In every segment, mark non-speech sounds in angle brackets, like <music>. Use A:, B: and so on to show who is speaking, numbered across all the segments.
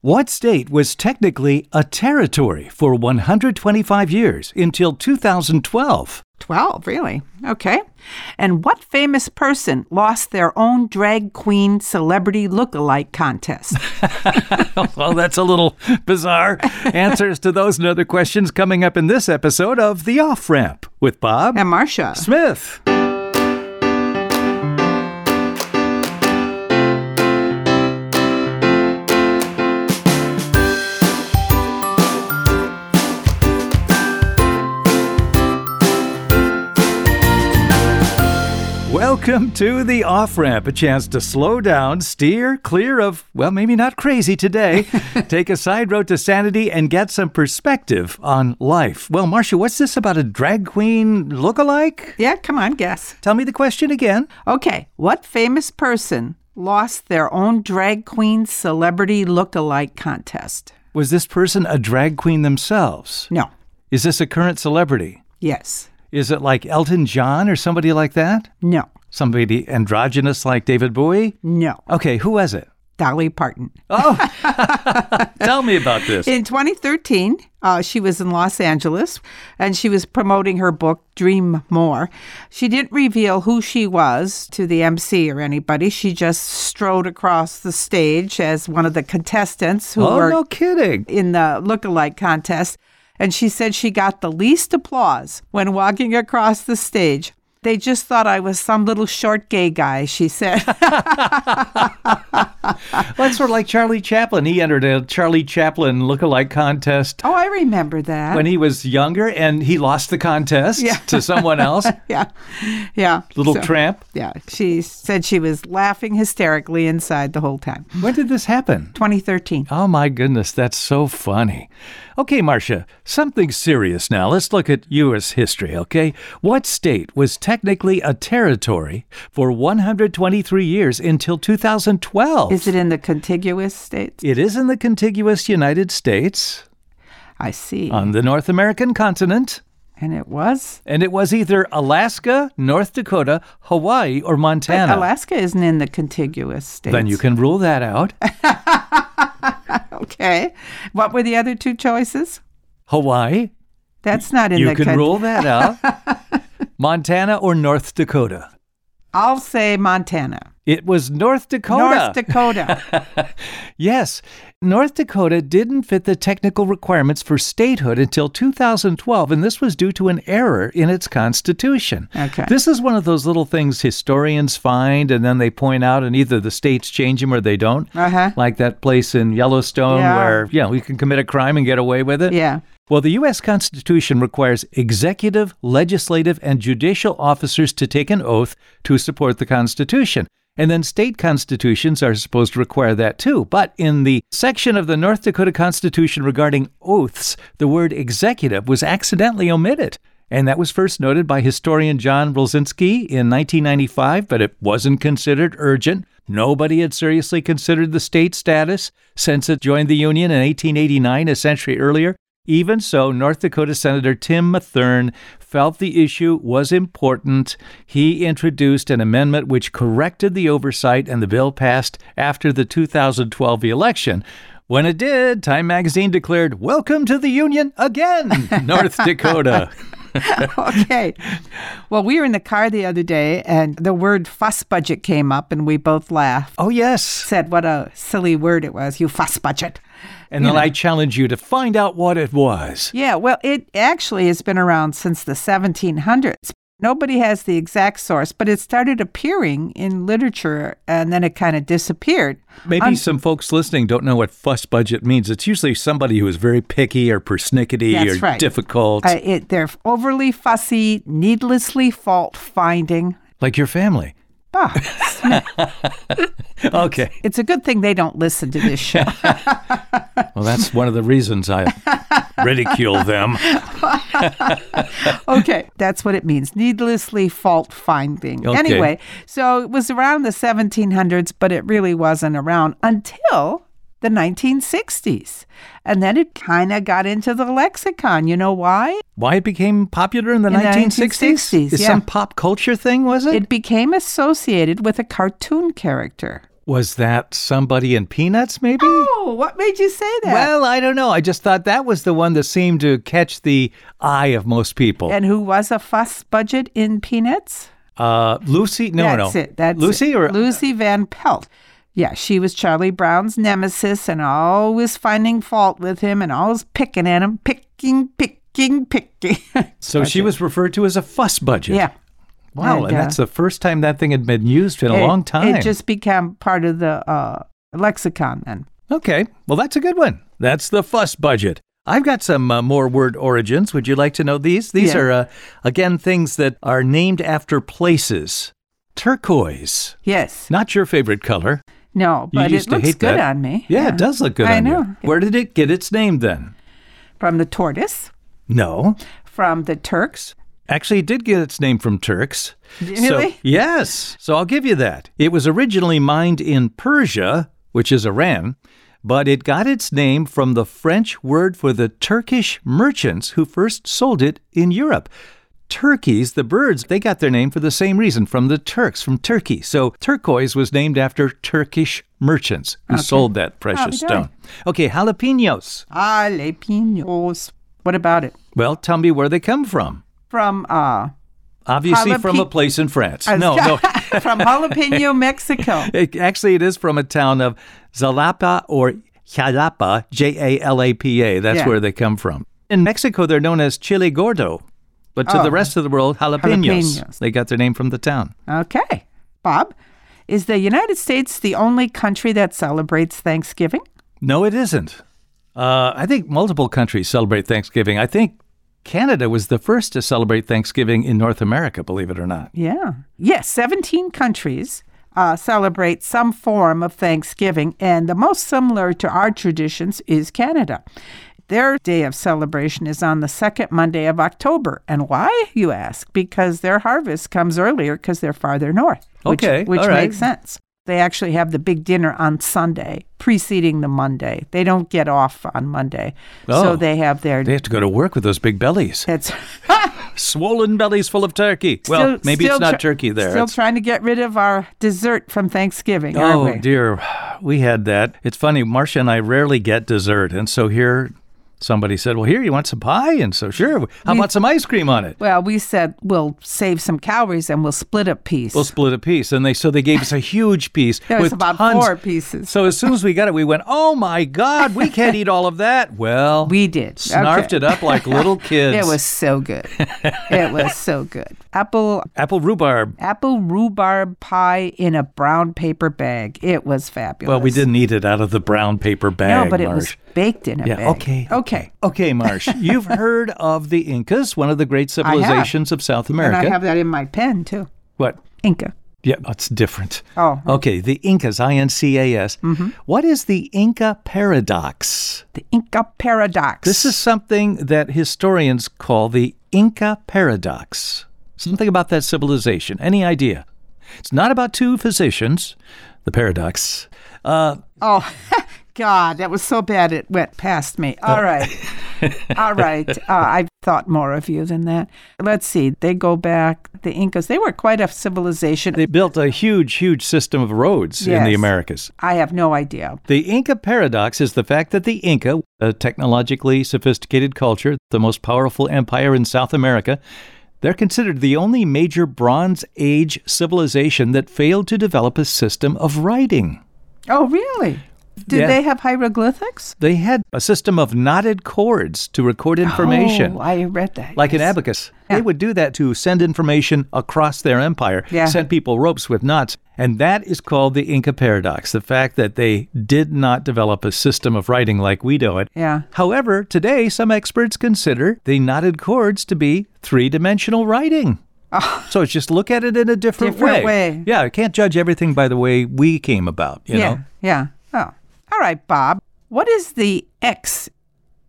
A: What state was technically a territory for 125 years until 2012?
B: 12, really? Okay. And what famous person lost their own drag queen celebrity look-alike contest?
A: well, that's a little <laughs> bizarre. Answers to those and other questions coming up in this episode of The Off Ramp with Bob
B: and Marcia.
A: Smith. Welcome to the off ramp, a chance to slow down, steer clear of, well, maybe not crazy today, take a side road to sanity, and get some perspective on life. Well, Marcia, what's this about a drag queen look-alike?
B: Yeah, come on, guess.
A: Tell me the question again.
B: Okay, what famous person lost their own drag queen celebrity look-alike contest?
A: Was this person a drag queen themselves?
B: No.
A: Is this a current celebrity?
B: Yes.
A: Is it like Elton John or somebody like that?
B: No.
A: Somebody androgynous like David Bowie?
B: No.
A: Okay, who was it?
B: Dolly Parton.
A: <laughs> Tell me about this.
B: In 2013, uh, she was in Los Angeles and she was promoting her book, Dream More. She didn't reveal who she was to the MC or anybody. She just strode across the stage as one of the contestants who
A: Oh,
B: were
A: no kidding.
B: in the look-alike contest. And she said she got the least applause when walking across the stage. They just thought I was some little short gay guy, she said. <laughs>
A: Well, that's sort of like Charlie Chaplin. He entered a Charlie Chaplin look-alike contest
B: oh, I remember that.
A: when he was younger, and he lost the contest to someone <laughs> else.
B: yeah. Yeah.
A: Little
B: So-
A: tramp.
B: Yeah, she said she was laughing hysterically inside the whole time.
A: When did this happen?
B: 2013.
A: Oh my goodness, that's so funny. Okay, Marcia, something serious now. Let's look at U.S. history, okay? What state was technically a territory for 123 years until 2012?
B: Is it in the contiguous states?
A: it is in the contiguous United States
B: I see.
A: on the North American continent.
B: and it was?
A: And it was either Alaska, North Dakota, Hawaii, or Montana.
B: Alaska isn't in the contiguous states.
A: Then you can rule that out.
B: <laughs> Okay. What were the other two choices?
A: Hawaii,
B: That's not in
A: you
B: the
A: can
B: con-
A: rule that
B: <laughs>
A: out. Montana or North Dakota?
B: I'll say Montana.
A: It was North Dakota.
B: North
A: <laughs>
B: Dakota.
A: yes, North Dakota didn't fit the technical requirements for statehood until 2012, and this was due to an error in its constitution.
B: Okay.
A: This is one of those little things historians find and then they point out, and either the states change them or they don't.
B: Uh-huh.
A: Like that place in Yellowstone
B: Yeah.
A: where, you know, you can commit a crime and get away with it.
B: yeah.
A: Well, the U.S. Constitution requires executive, legislative, and judicial officers to take an oath to support the Constitution. And then state constitutions are supposed to require that too. But in the section of the North Dakota Constitution regarding oaths, the word executive was accidentally omitted. And that was first noted by historian John Brzezinski in 1995, but it wasn't considered urgent. Nobody had seriously considered the state status since it joined the Union in 1889, a century earlier. Even so, North Dakota Senator Tim Mathern felt the issue was important. He introduced an amendment which corrected the oversight, and the bill passed after the 2012 election. When it did, Time magazine declared, Welcome to the Union again, North Dakota.
B: okay. Well, we were in the car the other day and the word fuss budget came up and we both laughed.
A: Oh, yes.
B: Said what a silly word it was, you fuss budget.
A: And then I challenge you to find out what it was.
B: Yeah, well, it actually has been around since the 1700s. Nobody has the exact source, but it started appearing in literature and then it kind of disappeared.
A: Maybe some folks listening don't know what fuss budget means. It's usually somebody who is very picky or persnickety or
B: That's right.
A: difficult,
B: Uh, it, they're overly fussy, needlessly fault finding.
A: like your family.
B: Bah.
A: Okay.
B: it's a good thing they don't listen to this show.
A: Well, that's one of the reasons
B: <laughs>
A: I ridicule them.
B: okay, <laughs> that's what it means needlessly fault finding.
A: Okay.
B: Anyway, so it was around the 1700s, but it really wasn't around until the 1960s. And then it kind of got into the lexicon. You know why?
A: Why it became popular in the
B: In the
A: 1960s?
B: 1960s,
A: Is
B: yeah.
A: some pop culture thing, was it?
B: It became associated with a cartoon character.
A: Was that somebody in Peanuts, maybe?
B: Oh, what made you say that?
A: Well, I don't know. I just thought that was the one that seemed to catch the eye of most people.
B: and who was a fuss budget in Peanuts?
A: uh, Lucy? No,
B: that's
A: no.
B: it. That's
A: Lucy
B: it.
A: or
B: Lucy Van Pelt. Yeah, she was Charlie Brown's nemesis and always finding fault with him and always picking at him, picking, picking, picking. <laughs>
A: so she was referred to as a fuss budget.
B: yeah.
A: Wow, and
B: And, uh,
A: that's the first time that thing had been used in a
B: It-
A: long time.
B: It just became part of the uh, lexicon then.
A: Okay, well, that's a good one. That's the fuss budget. I've got some uh, more word origins. Would you like to know these? These
B: Yeah.
A: are, uh, again, things that are named after places. Turquoise,
B: Yes.
A: not your favorite color.
B: No,
A: You
B: but
A: used
B: it
A: to
B: looks
A: hate
B: good
A: that.
B: on me.
A: Yeah, it does look good
B: I
A: on you.
B: know.
A: Where did it get its name then?
B: From the tortoise,
A: No.
B: from the Turks.
A: Actually, it did get its name from Turks. So,
B: Really?
A: yes. So I'll give you that. It was originally mined in Persia, which is Iran, but it got its name from the French word for the Turkish merchants who first sold it in Europe. Turkeys, the birds, they got their name for the same reason from the Turks, from Turkey. So turquoise was named after Turkish merchants who sold that precious
B: darn.
A: stone. Okay, jalapenos.
B: Jalapenos. Ah, What about it?
A: Well, tell me where they come from.
B: From uh,
A: Obviously, from a
B: Jalape-
A: place in France.
B: I was-
A: No, no.
B: <laughs> from jalapeno, Mexico.
A: It, actually, it is from a town of Zalapa or Jalapa, J A L A P A. That's
B: Yeah.
A: where they come from. In Mexico, they're known as chile gordo, but to the
B: Oh.
A: rest of the world, jalapenos.
B: Jalapenos.
A: They got their name from the town.
B: Okay. Bob, is the United States the only country that celebrates Thanksgiving?
A: No, it isn't. Uh, I think multiple countries celebrate Thanksgiving. I think Canada was the first to celebrate Thanksgiving in North America, believe it or not.
B: Yeah. Yes, 17 countries uh, celebrate some form of Thanksgiving, and the most similar to our traditions is Canada. Their day of celebration is on the second Monday of October. And why, you ask? Because their harvest comes earlier because they're farther north. which-
A: Okay,
B: Which,
A: all right.
B: makes sense. They actually have the big dinner on Sunday, preceding the Monday. They don't get off on Monday.
A: Oh.
B: So they have their.
A: They have to go to work with those big bellies, <laughs>
B: that's
A: swollen bellies full of turkey. Well,
B: Still-
A: maybe
B: still
A: it's not
B: try-
A: turkey there.
B: Still
A: It's-
B: trying to get rid of our dessert from Thanksgiving, aren't
A: Oh
B: we?
A: dear, <sighs> we had that. It's funny, Marcia and I rarely get dessert, and so here somebody said, "Well, here you want some pie," and so sure, how
B: Mm.
A: about some ice cream on it?
B: Well, we said we'll save some calories and we'll split a piece.
A: We'll split a piece, and they so they gave us a huge
B: <laughs>
A: piece
B: There
A: with
B: was about
A: tons.
B: four pieces.
A: So as soon as we got it, we went, "Oh my God, we can't eat all of that." Well,
B: we did.
A: snarfed
B: Okay.
A: it up like little kids.
B: <laughs> It was so good. it was so
A: <laughs>
B: good. Apple
A: apple rhubarb.
B: apple rhubarb pie in a brown paper bag. It was fabulous.
A: Well, we didn't eat it out of the brown paper bag.
B: No, but it was
A: Marsh.
B: baked in a
A: Yeah,
B: bag.
A: okay.
B: Okay.
A: Okay, Marsh,
B: <laughs>
A: you've heard of the Incas, one of the great
B: have.
A: civilizations of South
B: And
A: America.
B: I have that in my pen too.
A: what?
B: Inca.
A: Yeah, that's different.
B: Oh. Mm-hmm.
A: Okay, the Incas, I N C A S. What is the Inca paradox?
B: The Inca paradox.
A: This is something that historians call the Inca paradox. Something about that civilization. Any idea? It's not about two physicians, the paradox. Uh,
B: Oh, <laughs> God, that was so bad it went past me.
A: Oh.
B: All right.
A: <laughs>
B: All right. Uh, I thought more of you than that. Let's see. They go back, the Incas, they were quite a civilization.
A: they built a huge, huge system of roads in the
B: Yes.
A: Americas.
B: I have no idea.
A: The Inca paradox is the fact that the Inca, a technologically sophisticated culture, the most powerful empire in South America, they're considered the only major Bronze Age civilization that failed to develop a system of writing.
B: Oh, really? Did
A: Yeah.
B: they have hieroglyphics?
A: They had a system of knotted cords to record information.
B: Oh, I read that.
A: Like an abacus. They would do that to send information across their empire,
B: Yeah.
A: send people ropes with knots. And that is called the Inca paradox the fact that they did not develop a system of writing like we do it.
B: Yeah.
A: However, today some experts consider the knotted cords to be three dimensional writing. So it's just look at it in a different,
B: Ah. Different way.
A: Yeah, I can't judge everything by the way we came about, you
B: yeah.
A: know?
B: Yeah. Oh. All right, Bob. What is the X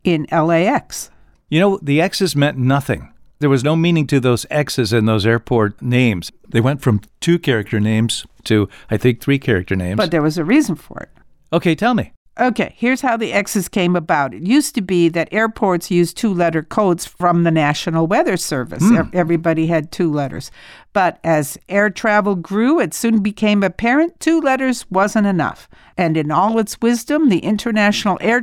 B: in LAX?
A: You know, the X's meant nothing. There was no meaning to those X's in those airport names. They went from two character names to, I think, three character names.
B: But there was a reason for it.
A: okay, tell me.
B: Okay, here's how the X's came about. It used to be that airports used two letter codes from the National Weather Service.
A: Hmm.
B: Ev- Everybody had two letters. But as air travel grew, it soon became apparent two letters wasn't enough. And in all its wisdom, the International Air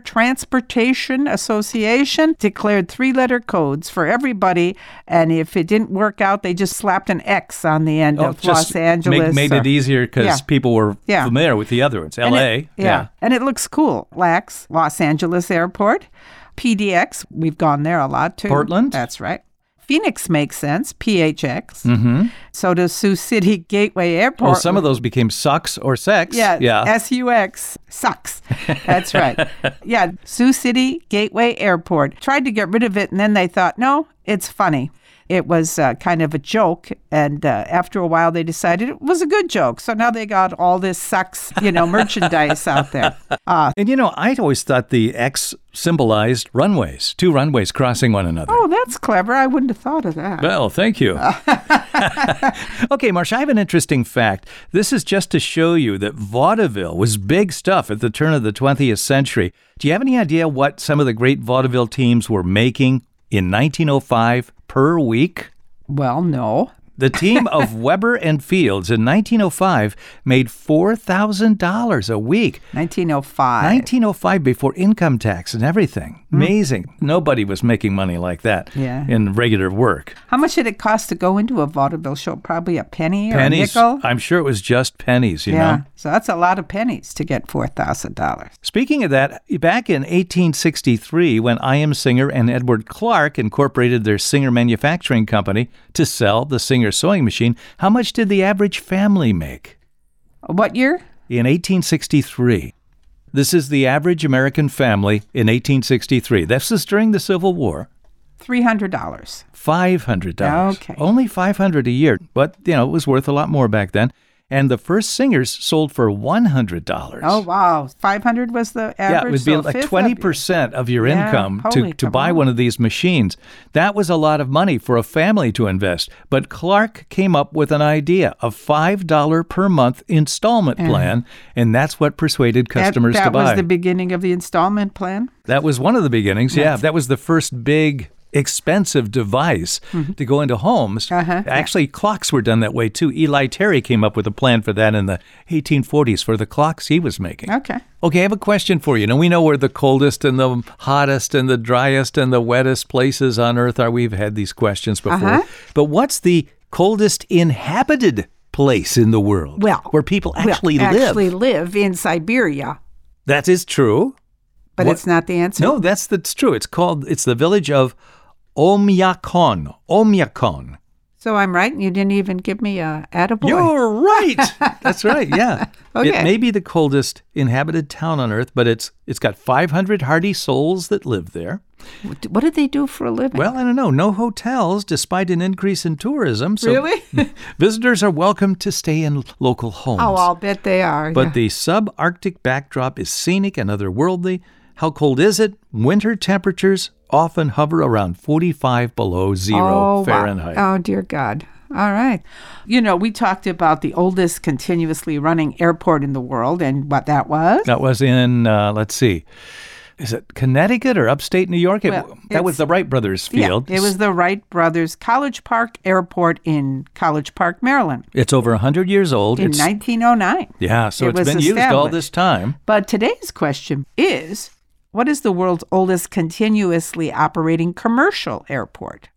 B: Transportation Association declared three letter codes for everybody. And if it didn't work out, they just slapped an X on the end
A: Oh,
B: of
A: just
B: Los Angeles.
A: Make, made
B: or-
A: it easier because
B: Yeah.
A: people were
B: Yeah.
A: familiar with the other ones.
B: and
A: L.A.
B: it- And it looks cool. LAX, Los Angeles Airport, PDX, we've gone there a lot too.
A: Portland?
B: That's right. Phoenix makes sense, PHX. Mm-hmm. So does Sioux City Gateway Airport.
A: Well, Oh, some of those became sucks or sex.
B: yeah,
A: Yeah.
B: S-U-X
A: <laughs>
B: sucks. That's right. yeah, Sioux City Gateway Airport. Tried to get rid of it, and then they thought, no, it's funny. It was uh, kind of a joke, and uh, after a while, they decided it was a good joke. So now they got all this sucks,
A: <laughs>
B: you know, merchandise out there.
A: and you know, I always thought the X symbolized runways, two runways crossing one another.
B: Oh, that's clever. I wouldn't have thought of that.
A: Well, thank you. okay, Marsh, I have an interesting fact. This is just to show you that vaudeville was big stuff at the turn of the 20th century. Do you have any idea what some of the great vaudeville teams were making in 1905 per week?
B: well, no.
A: The team of Weber and Fields in 1905 made $4,000 a week.
B: 1905.
A: 1905 before income tax and everything. Amazing. Nobody was making money like that
B: Hmm. Yeah.
A: in regular work.
B: How much did it cost to go into a vaudeville show? Probably a penny or
A: pennies.
B: a nickel.
A: I'm sure it was just pennies, you
B: yeah.
A: know.
B: So that's a lot of pennies to get $4,000.
A: Speaking of that, back in 1863, when I Am Singer and Edward Clark incorporated their Singer Manufacturing Company to sell the Singer sewing machine, how much did the average family make?
B: What year?
A: In 1863. This is the average American family in 1863. This is during the Civil War.
B: $300.
A: Five hundred dollars.
B: Okay.
A: Only five hundred a year, but you know it was worth a lot more back then. And the first singers sold for one hundred dollars.
B: Oh, wow. 500 was the average.
A: yeah, it would be
B: so a
A: like
B: fifth of
A: twenty percent of your
B: Yeah,
A: income to,
B: holy
A: to buy
B: cabal.
A: one of these machines. That was a lot of money for a family to invest. But Clark came up with an idea, a five dollar per month installment plan, and that's what persuaded
B: That-
A: customers
B: that,
A: to buy.
B: was the beginning of the installment plan.
A: That was one of the beginnings. Yeah, that was the first big expensive device to go into homes.
B: Mm-hmm. Uh-huh.
A: Actually, clocks were done that way too. Eli Terry came up with a plan for that in the 1840s for the clocks he was making.
B: Okay.
A: Okay, I have a question for you. Now, we know where the coldest and the hottest and the driest and the wettest places on earth are. We've had these questions before.
B: Uh-huh.
A: But what's the coldest inhabited place in the world
B: Well,
A: where people
B: Well,
A: actually live?
B: actually live in Siberia,
A: that is true.
B: but
A: What-
B: it's not the answer.
A: No, that's that's true. It's called it's the village of Omyakon. Omyakon.
B: Oh, So I'm right, and you didn't even give me a attaboy.
A: You're
B: <laughs>
A: right. that's right. Yeah. It
B: Okay.
A: may be the coldest inhabited town on earth, but it's it's got 500 hardy souls that live there.
B: What did they do for a living?
A: Well, I don't know. No hotels, despite an increase in tourism. So
B: <laughs> really?
A: Oh, visitors are welcome to stay in local homes.
B: Oh, I'll bet they are.
A: But
B: yeah.
A: the subarctic backdrop is scenic and otherworldly. How cold is it? Winter temperatures often hover around 45 below zero
B: Oh, wow.
A: Fahrenheit.
B: Oh, dear God. All right. You know, we talked about the oldest continuously running airport in the world and what that was.
A: That was in, uh, let's see, is it Connecticut or upstate New York? It-
B: Well,
A: that was
B: it's-
A: the Wright Brothers field.
B: Yeah, it was the Wright Brothers College Park Airport in College Park, Maryland
A: It's over 100 years old.
B: in
A: It's-
B: 1909.
A: yeah, so
B: it
A: it's
B: was
A: been used all
B: established.
A: this time.
B: But today's question is what is the world's oldest continuously operating commercial airport?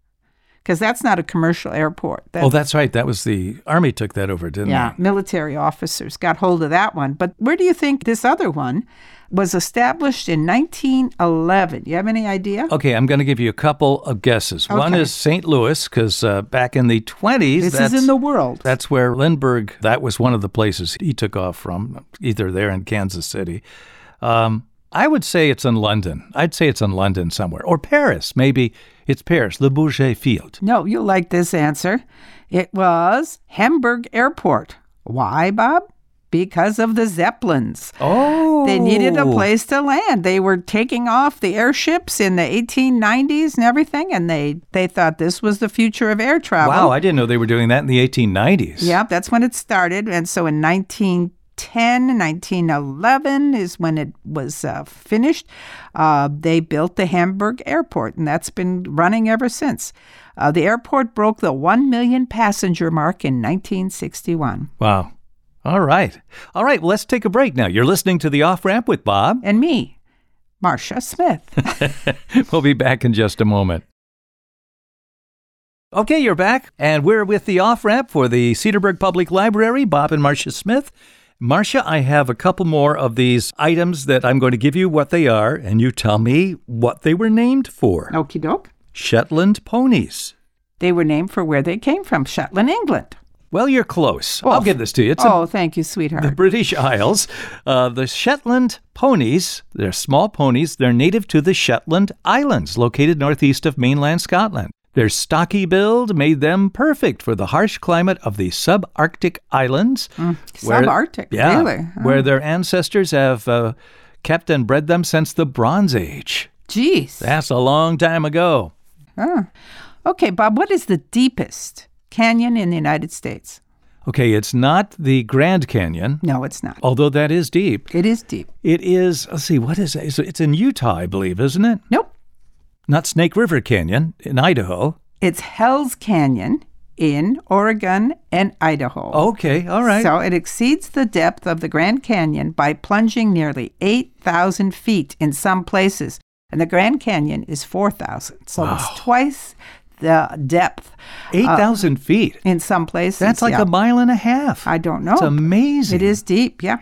B: Because that's not a commercial airport. That's
A: oh, that's right. That was the Army took that over, didn't
B: Yeah,
A: they?
B: military officers got hold of that one. But where do you think this other one was established in 1911? You have any idea?
A: Okay, I'm going to give you a couple of guesses. One
B: Okay.
A: is St. Louis, because uh, back in the 20s,
B: this
A: that's,
B: is in the world.
A: That's where Lindbergh, that was one of the places he took off from, either there in Kansas City. Um, I would say it's in London. I'd say it's in London somewhere. Or Paris, maybe. It's Paris, Le Bourget Field.
B: No, you'll like this answer. It was Hamburg Airport. Why, Bob? Because of the Zeppelins.
A: Oh.
B: They needed a place to land. They were taking off the airships in the 1890s and everything, and they, they thought this was the future of air travel.
A: Wow, I didn't know they were doing that in the 1890s.
B: Yeah, that's when it started. And so in 1910, 1910, 1911 is when it was uh, finished. Uh, they built the Hamburg airport, and that's been running ever since. Uh, the airport broke the 1 million passenger mark in 1961.
A: Wow. All right. All right. Well, let's take a break now. You're listening to The Off Ramp with Bob.
B: And me,
A: <laughs>
B: Marcia Smith.
A: we'll be back in just a moment. Okay, you're back, and we're with the off ramp for the Cedarburg Public Library, Bob and Marcia Smith. Marcia, I have a couple more of these items that I'm going to give you what they are, and you tell me what they were named for.
B: Okie doke.
A: Shetland ponies.
B: They were named for where they came from, Shetland, England.
A: Well, you're close. I'll give this to you. It's a
B: oh, thank you,
A: the
B: sweetheart.
A: British Isles. Uh, the Shetland ponies, they're small ponies, they're native to the Shetland Islands, located northeast of mainland Scotland. Their stocky build made them perfect for the harsh climate of the subarctic islands.
B: Mm, subarctic,
A: yeah,
B: really? Oh.
A: Where their ancestors have uh, kept and bred them since the Bronze Age.
B: Jeez.
A: That's a long time ago.
B: Ah. Okay, Bob, what is the deepest canyon in the United States?
A: Okay, it's not the Grand Canyon,
B: No, it's not.
A: although that is deep.
B: It is deep.
A: It is, let's see, what is it? It's- It's in Utah, I believe, isn't it?
B: Nope.
A: not Snake River Canyon in Idaho.
B: It's Hell's Canyon in Oregon and Idaho.
A: Okay, Oh, all right.
B: So uh, it exceeds the depth of the Grand Canyon by plunging nearly 8,000 feet in some places. And the Grand Canyon is 4,000. So it's twice the depth
A: 8,000 feet.
B: in some places.
A: That's like
B: yeah.
A: a mile and a half.
B: I don't know.
A: It's amazing.
B: It is deep, yeah.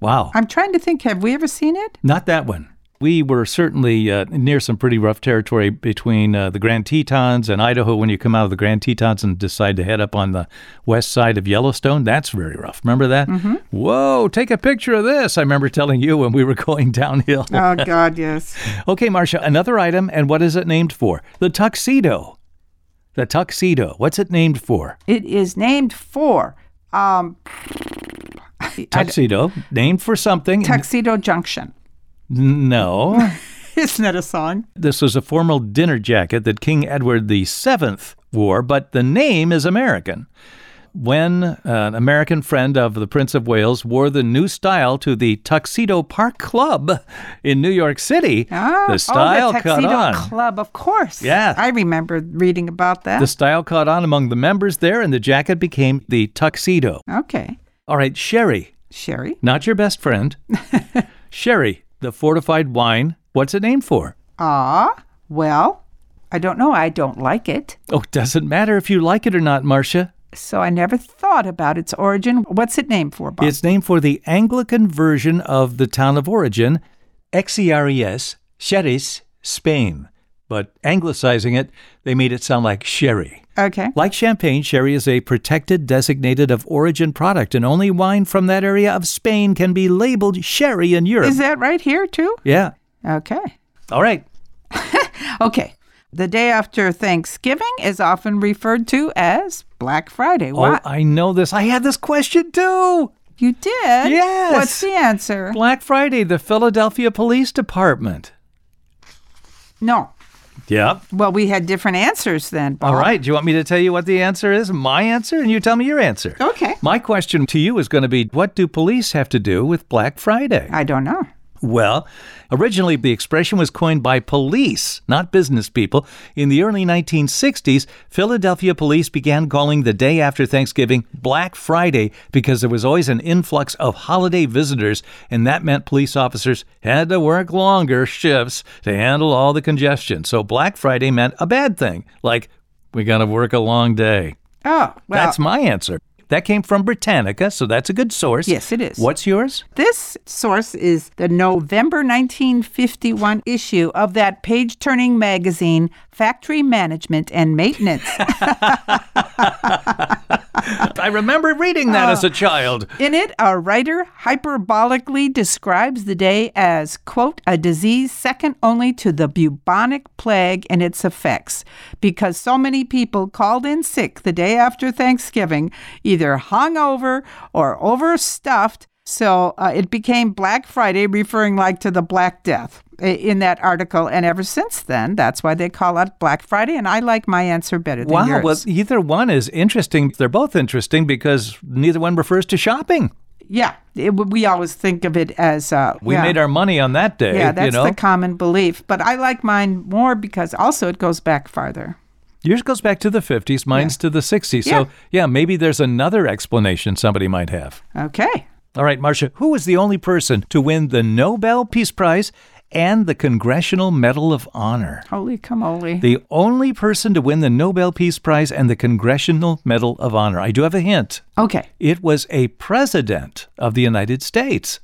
A: Wow.
B: I'm trying to think have we ever seen
A: <laughs>
B: it?
A: Not that one. We were certainly uh, near some pretty rough territory between uh, the Grand Tetons and Idaho when you come out of the Grand Tetons and decide to head up on the west side of Yellowstone. That's very rough. Remember that?
B: Mm-hmm.
A: Whoa, take a picture of this. I remember telling you when we were <laughs> going downhill.
B: Oh, God, yes.
A: Okay, Marcia, another item, and what is it named for? The tuxedo. The tuxedo. What's it named for?
B: It is named for um, I- I-
A: Tuxedo, named for something.
B: Tuxedo Junction.
A: N- no.
B: <laughs> Isn't that a song?
A: this was a formal dinner jacket that King Edward VII wore, but the name is American. When an American friend of the Prince of Wales wore the new style to the Tuxedo Park Club in New York City,
B: Ah,
A: the style
B: oh, the
A: caught
B: Tuxedo
A: on.
B: Club, of course.
A: Yeah.
B: I remember reading about that.
A: The style caught on among the members there, and the jacket became the tuxedo.
B: okay.
A: All right, sherry,
B: Sherry.
A: not your best friend. sherry, the fortified wine. What's it named for?
B: Ah, well, I don't know. I don't like it.
A: Oh, doesn't matter if you like it or not, Marcia.
B: So I never thought about its origin. What's it named for, Bob?
A: It's named for the Anglican version of the town of origin, Xeres, Xeres, Spain. But anglicizing it, they made it sound like sherry.
B: okay.
A: Like champagne, sherry is a protected designated of origin product, and only wine from that area of Spain can be labeled sherry in Europe.
B: Is that right here, too?
A: yeah.
B: Okay.
A: All right.
B: Okay. The day after Thanksgiving is often referred to as Black Friday. Why?
A: Oh, I know this. I had this question too.
B: You did?
A: Yes.
B: What's the answer?
A: Black Friday, the Philadelphia Police Department.
B: No.
A: Yep.
B: Well, we had different answers then. Bob.
A: All right. Do you want me to tell you what the answer is? My answer, and you tell me your answer.
B: Okay.
A: My question to you is going to be what do police have to do with Black Friday?
B: I don't know.
A: Well, originally the expression was coined by police, not business people. In the early 1960s, Philadelphia police began calling the day after Thanksgiving Black Friday because there was always an influx of holiday visitors, and that meant police officers had to work longer shifts to handle all the congestion. So Black Friday meant a bad thing, like, we gotta work a long day.
B: Oh, well,
A: that's my answer. That came from Britannica, so that's a good source.
B: Yes, it is.
A: What's yours?
B: this source is the November 1951 issue of that page turning magazine, Factory Management and Maintenance.
A: I remember reading
B: Uh,
A: that as a child.
B: In it, a writer hyperbolically describes the day as, quote, a disease second only to the bubonic plague and its effects, because so many people called in sick the day after Thanksgiving, either hungover or overstuffed. So uh, it became Black Friday, referring like to the Black Death i- in that article. And ever since then, that's why they call it Black Friday. And I like my answer better than
A: Wow,
B: yours.
A: well, either one is interesting. They're both interesting because neither one refers to shopping.
B: Yeah, it, we always think of it as uh,
A: We
B: yeah.
A: made our money on that day.
B: yeah, that's
A: you know?
B: the common belief. But I like mine more because also it goes back farther.
A: Yours goes back to the 50s, mine's to the 60s.
B: Yeah.
A: So, yeah, maybe there's another explanation somebody might have.
B: Okay.
A: All right, Marcia, who was the only person to win the Nobel Peace Prize and the Congressional Medal of Honor?
B: Holy camole.
A: The only person to win the Nobel Peace Prize and the Congressional Medal of Honor. I do have a hint.
B: okay.
A: It was a president of the United States.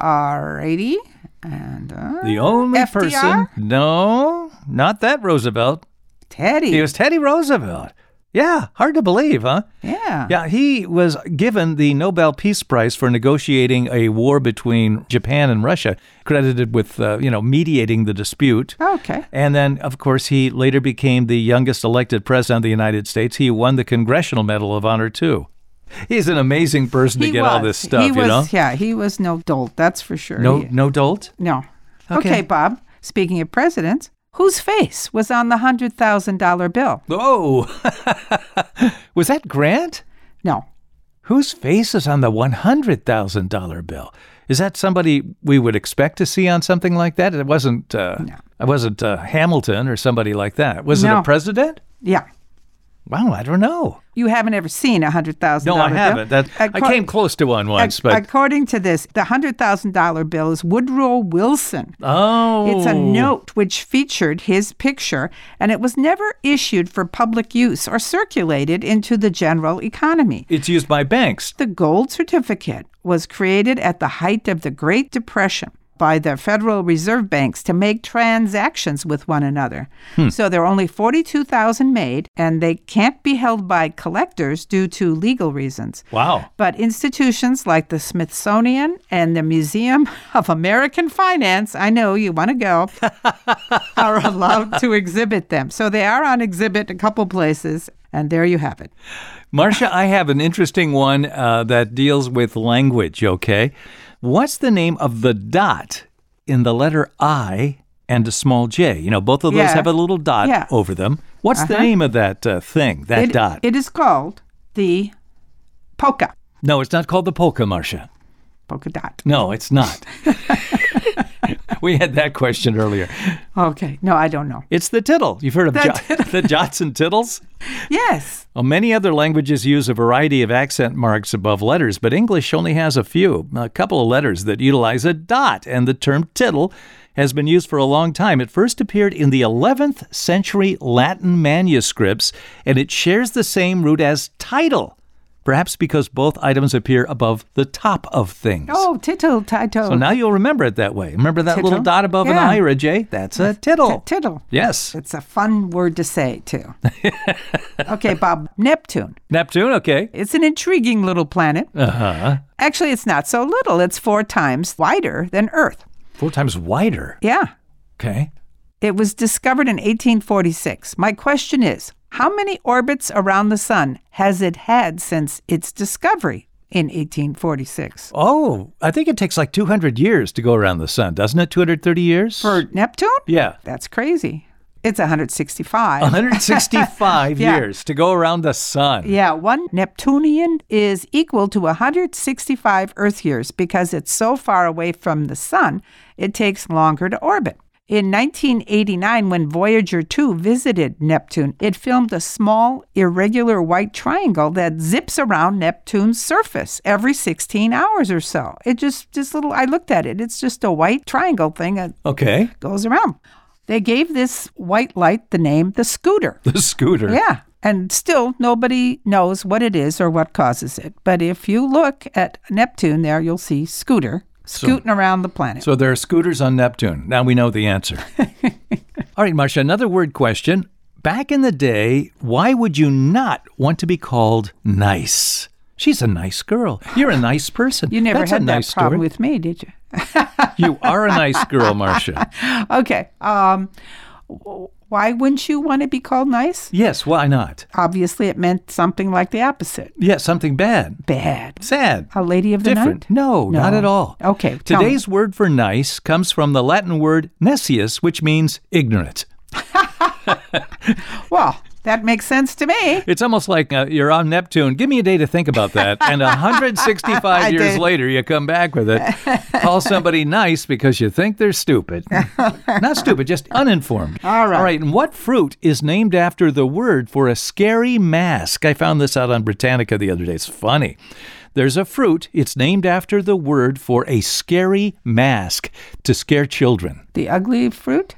B: Alrighty. And uh,
A: The only
B: FDR?
A: person. No, not that Roosevelt.
B: Teddy.
A: It was Teddy Roosevelt. Yeah, hard to believe, huh?
B: yeah.
A: Yeah, he was given the Nobel Peace Prize for negotiating a war between Japan and Russia, credited with, uh, you know, mediating the dispute.
B: Okay.
A: And then, of course, he later became the youngest elected president of the United States. He won the Congressional Medal of Honor, too. He's an amazing person to get all this stuff,
B: he
A: you
B: was,
A: know?
B: Yeah, he was no dolt, that's for sure.
A: No,
B: He-
A: no dolt?
B: no.
A: Okay.
B: Okay. Bob, speaking of presidents, whose face was on the $100,000 bill?
A: Oh, <laughs> was that Grant?
B: No.
A: Whose face is on the $100,000 bill? Is that somebody we would expect to see on something like that? It wasn't, uh, it wasn't uh, Hamilton or somebody like that. Was it a
B: No.
A: president?
B: Yeah.
A: Wow, I don't know.
B: You haven't ever seen a hundred thousand
A: No, I
B: dollar bill. Uh,
A: haven't. That, I
B: Acco-
A: came close to one once,
B: ac-
A: but
B: according to this, the hundred thousand dollar bill is Woodrow Wilson.
A: oh,
B: It's a note which featured his picture, and it was never issued for public use or circulated into the general economy.
A: It's used by banks.
B: The gold certificate was created at the height of the Great Depression by the Federal Reserve banks to make transactions with one another.
A: Hmm.
B: So there are only 42,000 made, and they can't be held by collectors due to legal reasons.
A: Wow.
B: But institutions like the Smithsonian and the Museum <laughs> of American Finance, I know you want
A: <laughs>
B: to go, are allowed to exhibit them. So they are on exhibit a couple places, and there you have it.
A: Marcia, I have an interesting one uh, that deals with language, okay? What's the name of the dot in the letter I and a small j? You know, both of those
B: Yeah.
A: have a little dot
B: Yeah. Uh-huh.
A: over them. What's the name of that uh, thing, that
B: It-
A: dot?
B: It is called the polka
A: no, it's not called the polka, Marcia.
B: polka dot.
A: No, it's
B: <laughs>
A: not. <laughs> we had that question earlier.
B: Okay, no, I don't know.
A: It's the tittle. You've heard of jo- <laughs> the jots and tittles?
B: Yes,
A: Well, many other languages use a variety of accent marks above letters, but English only has a few, a couple of letters that utilize a dot, and the term tittle has been used for a long time. It first appeared in the 11th century Latin manuscripts, and it shares the same root as title, perhaps because both items appear above the top of things.
B: oh, tittle tittle
A: So now you'll remember it that way. Remember that little
B: Tittle?
A: dot above an
B: Yeah.
A: I or a J? That's a tittle.
B: tittle.
A: Yes.
B: It's a fun word to say
A: <laughs>
B: too. okay, Bob, Neptune.
A: Neptune, okay.
B: It's an intriguing little planet. Uh huh. Actually, it's not so little. It's four times wider than Earth.
A: Four times wider.
B: Yeah.
A: Okay.
B: It was discovered in 1846. My question is how many orbits around the sun has it had since its discovery in 1846?
A: Oh, I think it takes like 200 years to go around the sun, doesn't it? 230 years?
B: For Neptune?
A: yeah.
B: <laughs> That's crazy. It's 165.
A: 165
B: <laughs> Yeah.
A: years to go around the sun.
B: Yeah, one Neptunian is equal to 165 Earth years because it's so far away from the Sun, it takes longer to orbit. In 1989, when Voyager 2 visited Neptune, it filmed a small, irregular white triangle that zips around Neptune's surface every 16 hours or so. It just, this little, I looked at it, it's just a white triangle thing that
A: Okay. <laughs>
B: goes around. They gave this white light the name the scooter.
A: The scooter.
B: Yeah. And still, nobody knows what it is or what causes it. But if you look at Neptune there, you'll see Scooter scooting around the planet.
A: So there are scooters on Neptune. Now we know the
B: <laughs>
A: answer. All right, Marcia, another word question. Back in the day, why would you not want to be called nice? She's a nice girl. You're a nice person.
B: you never
A: That's
B: had
A: a nice
B: that problem
A: story.
B: with me, did you? <laughs>
A: you are a nice girl, Marcia.
B: Okay. Um, w- why wouldn't you want to be called nice?
A: Yes, why not?
B: Obviously, it meant something like the opposite
A: Yeah, something bad.
B: bad.
A: Sad.
B: A lady of the
A: different.
B: night?
A: No, not at all.
B: Okay. tell me.
A: Today's word for nice comes from the Latin word necius, which means ignorant.
B: Well, That makes sense to me.
A: It's almost like uh, you're on Neptune. Give me a day to think about
B: <laughs>
A: that. And 165 years
B: did.
A: later, you come back with it. Call somebody nice because you think they're
B: <laughs>
A: stupid. Not stupid, just uninformed.
B: All right.
A: All right. And what fruit is named after the word for a scary mask? I found this out on Britannica the other day. It's funny. There's a fruit. It's named after the word for a scary mask to scare children.
B: The ugly fruit?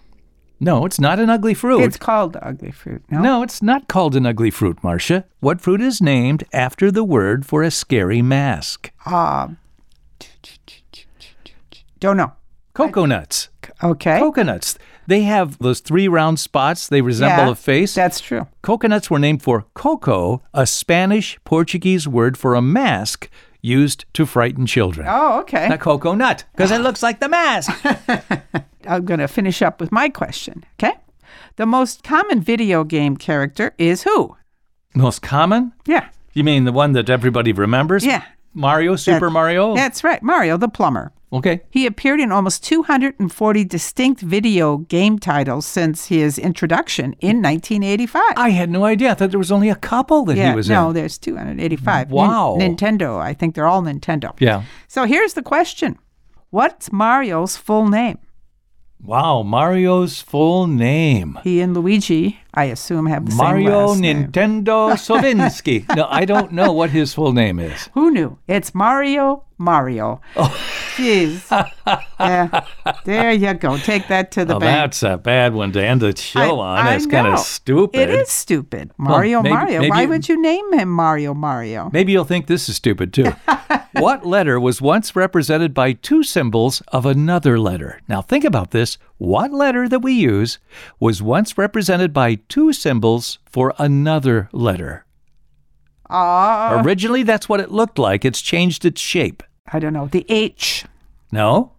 A: No, it's not an ugly fruit.
B: It's called the ugly fruit. No.
A: No, it's not called an ugly fruit, Marcia. What fruit is named after the word for a scary mask?
B: Um, don't know.
A: Coconuts.
B: Okay.
A: Coconuts. They have those three round spots. They resemble
B: Yeah,
A: a face.
B: That's true.
A: Coconuts were named for coco, a Spanish Portuguese word for a mask used to frighten children.
B: Oh, okay.
A: A coconut, because it looks like the mask.
B: <laughs> I'm going to finish up with my question. Okay. The most common video game character is who?
A: Most common?
B: Yeah.
A: You mean the one that everybody remembers?
B: Yeah.
A: Mario, Super Mario?
B: That's right. Mario the plumber.
A: Okay.
B: He appeared in almost 240 distinct video game titles since his introduction in 1985.
A: I had no idea. I thought there was only a couple that
B: yeah,
A: Ah. he was
B: no,
A: in.
B: there's 285. Nin-
A: Wow.
B: Nintendo. I think they're all Nintendo.
A: Yeah.
B: So here's the question What's Mario's full name?
A: Wow, Mario's full name.
B: He and Luigi, I assume, have the
A: Mario
B: same last name.
A: Nintendo Sovinsky.
B: <laughs>
A: no, I don't know what his full name is.
B: Who knew? It's Mario Mario. Oh, jeez.
A: <laughs>
B: yeah. There you go. Take that to the
A: Now,
B: bank.
A: Oh, that's a bad one to end the show
B: I-
A: on.
B: I
A: That's kind
B: know.
A: of stupid.
B: It is stupid. Mario
A: maybe-
B: Mario.
A: maybe
B: Why
A: you-
B: would you name him Mario Mario?
A: Maybe you'll think this is stupid
B: <laughs>
A: too. what letter was once represented by two symbols of another letter? Now think about this. What letter that we use was once represented by two symbols for another letter?
B: Ah,
A: Originally, that's what it looked like. It's changed its shape.
B: I don't know. The H,
A: No?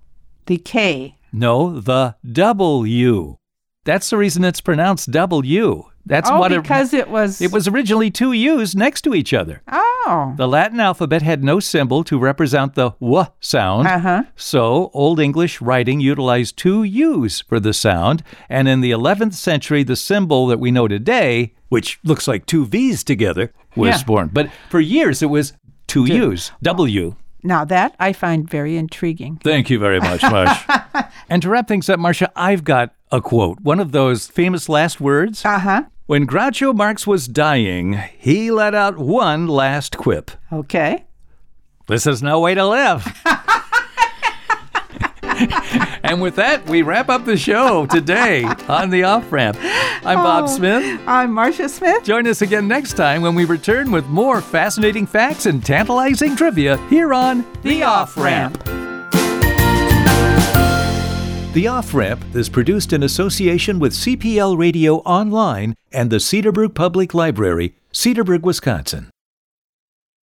B: the K.
A: No, the W. That's the reason it's pronounced W. That's
B: oh,
A: what it-
B: because it, was.
A: it, was originally two U's next to each other.
B: Oh.
A: The Latin alphabet had no symbol to represent the W sound.
B: Uh huh.
A: So, Old English writing utilized two U's for the sound, and in the 11th century, the symbol that we know today, which looks like two V's together, was
B: Yeah.
A: born. But for years, it was two U's, W.
B: Now that I find very intriguing.
A: Thank you very much, Marsh. <laughs> and to wrap things up, Marcia, I've got a quote, one of those famous last words.
B: Uh huh.
A: When Groucho Marx was dying, he let out one last quip.
B: Okay.
A: This is no way to live. and with that, we wrap up the show today on the off ramp. I'm Bob Smith.
B: I'm Marcia Smith.
A: Join us again next time when we return with more fascinating facts and tantalizing trivia here on The Off Ramp. The Off Ramp is produced in association with CPL Radio Online and the Cedarbrook Public Library, Cedarbrook, Wisconsin.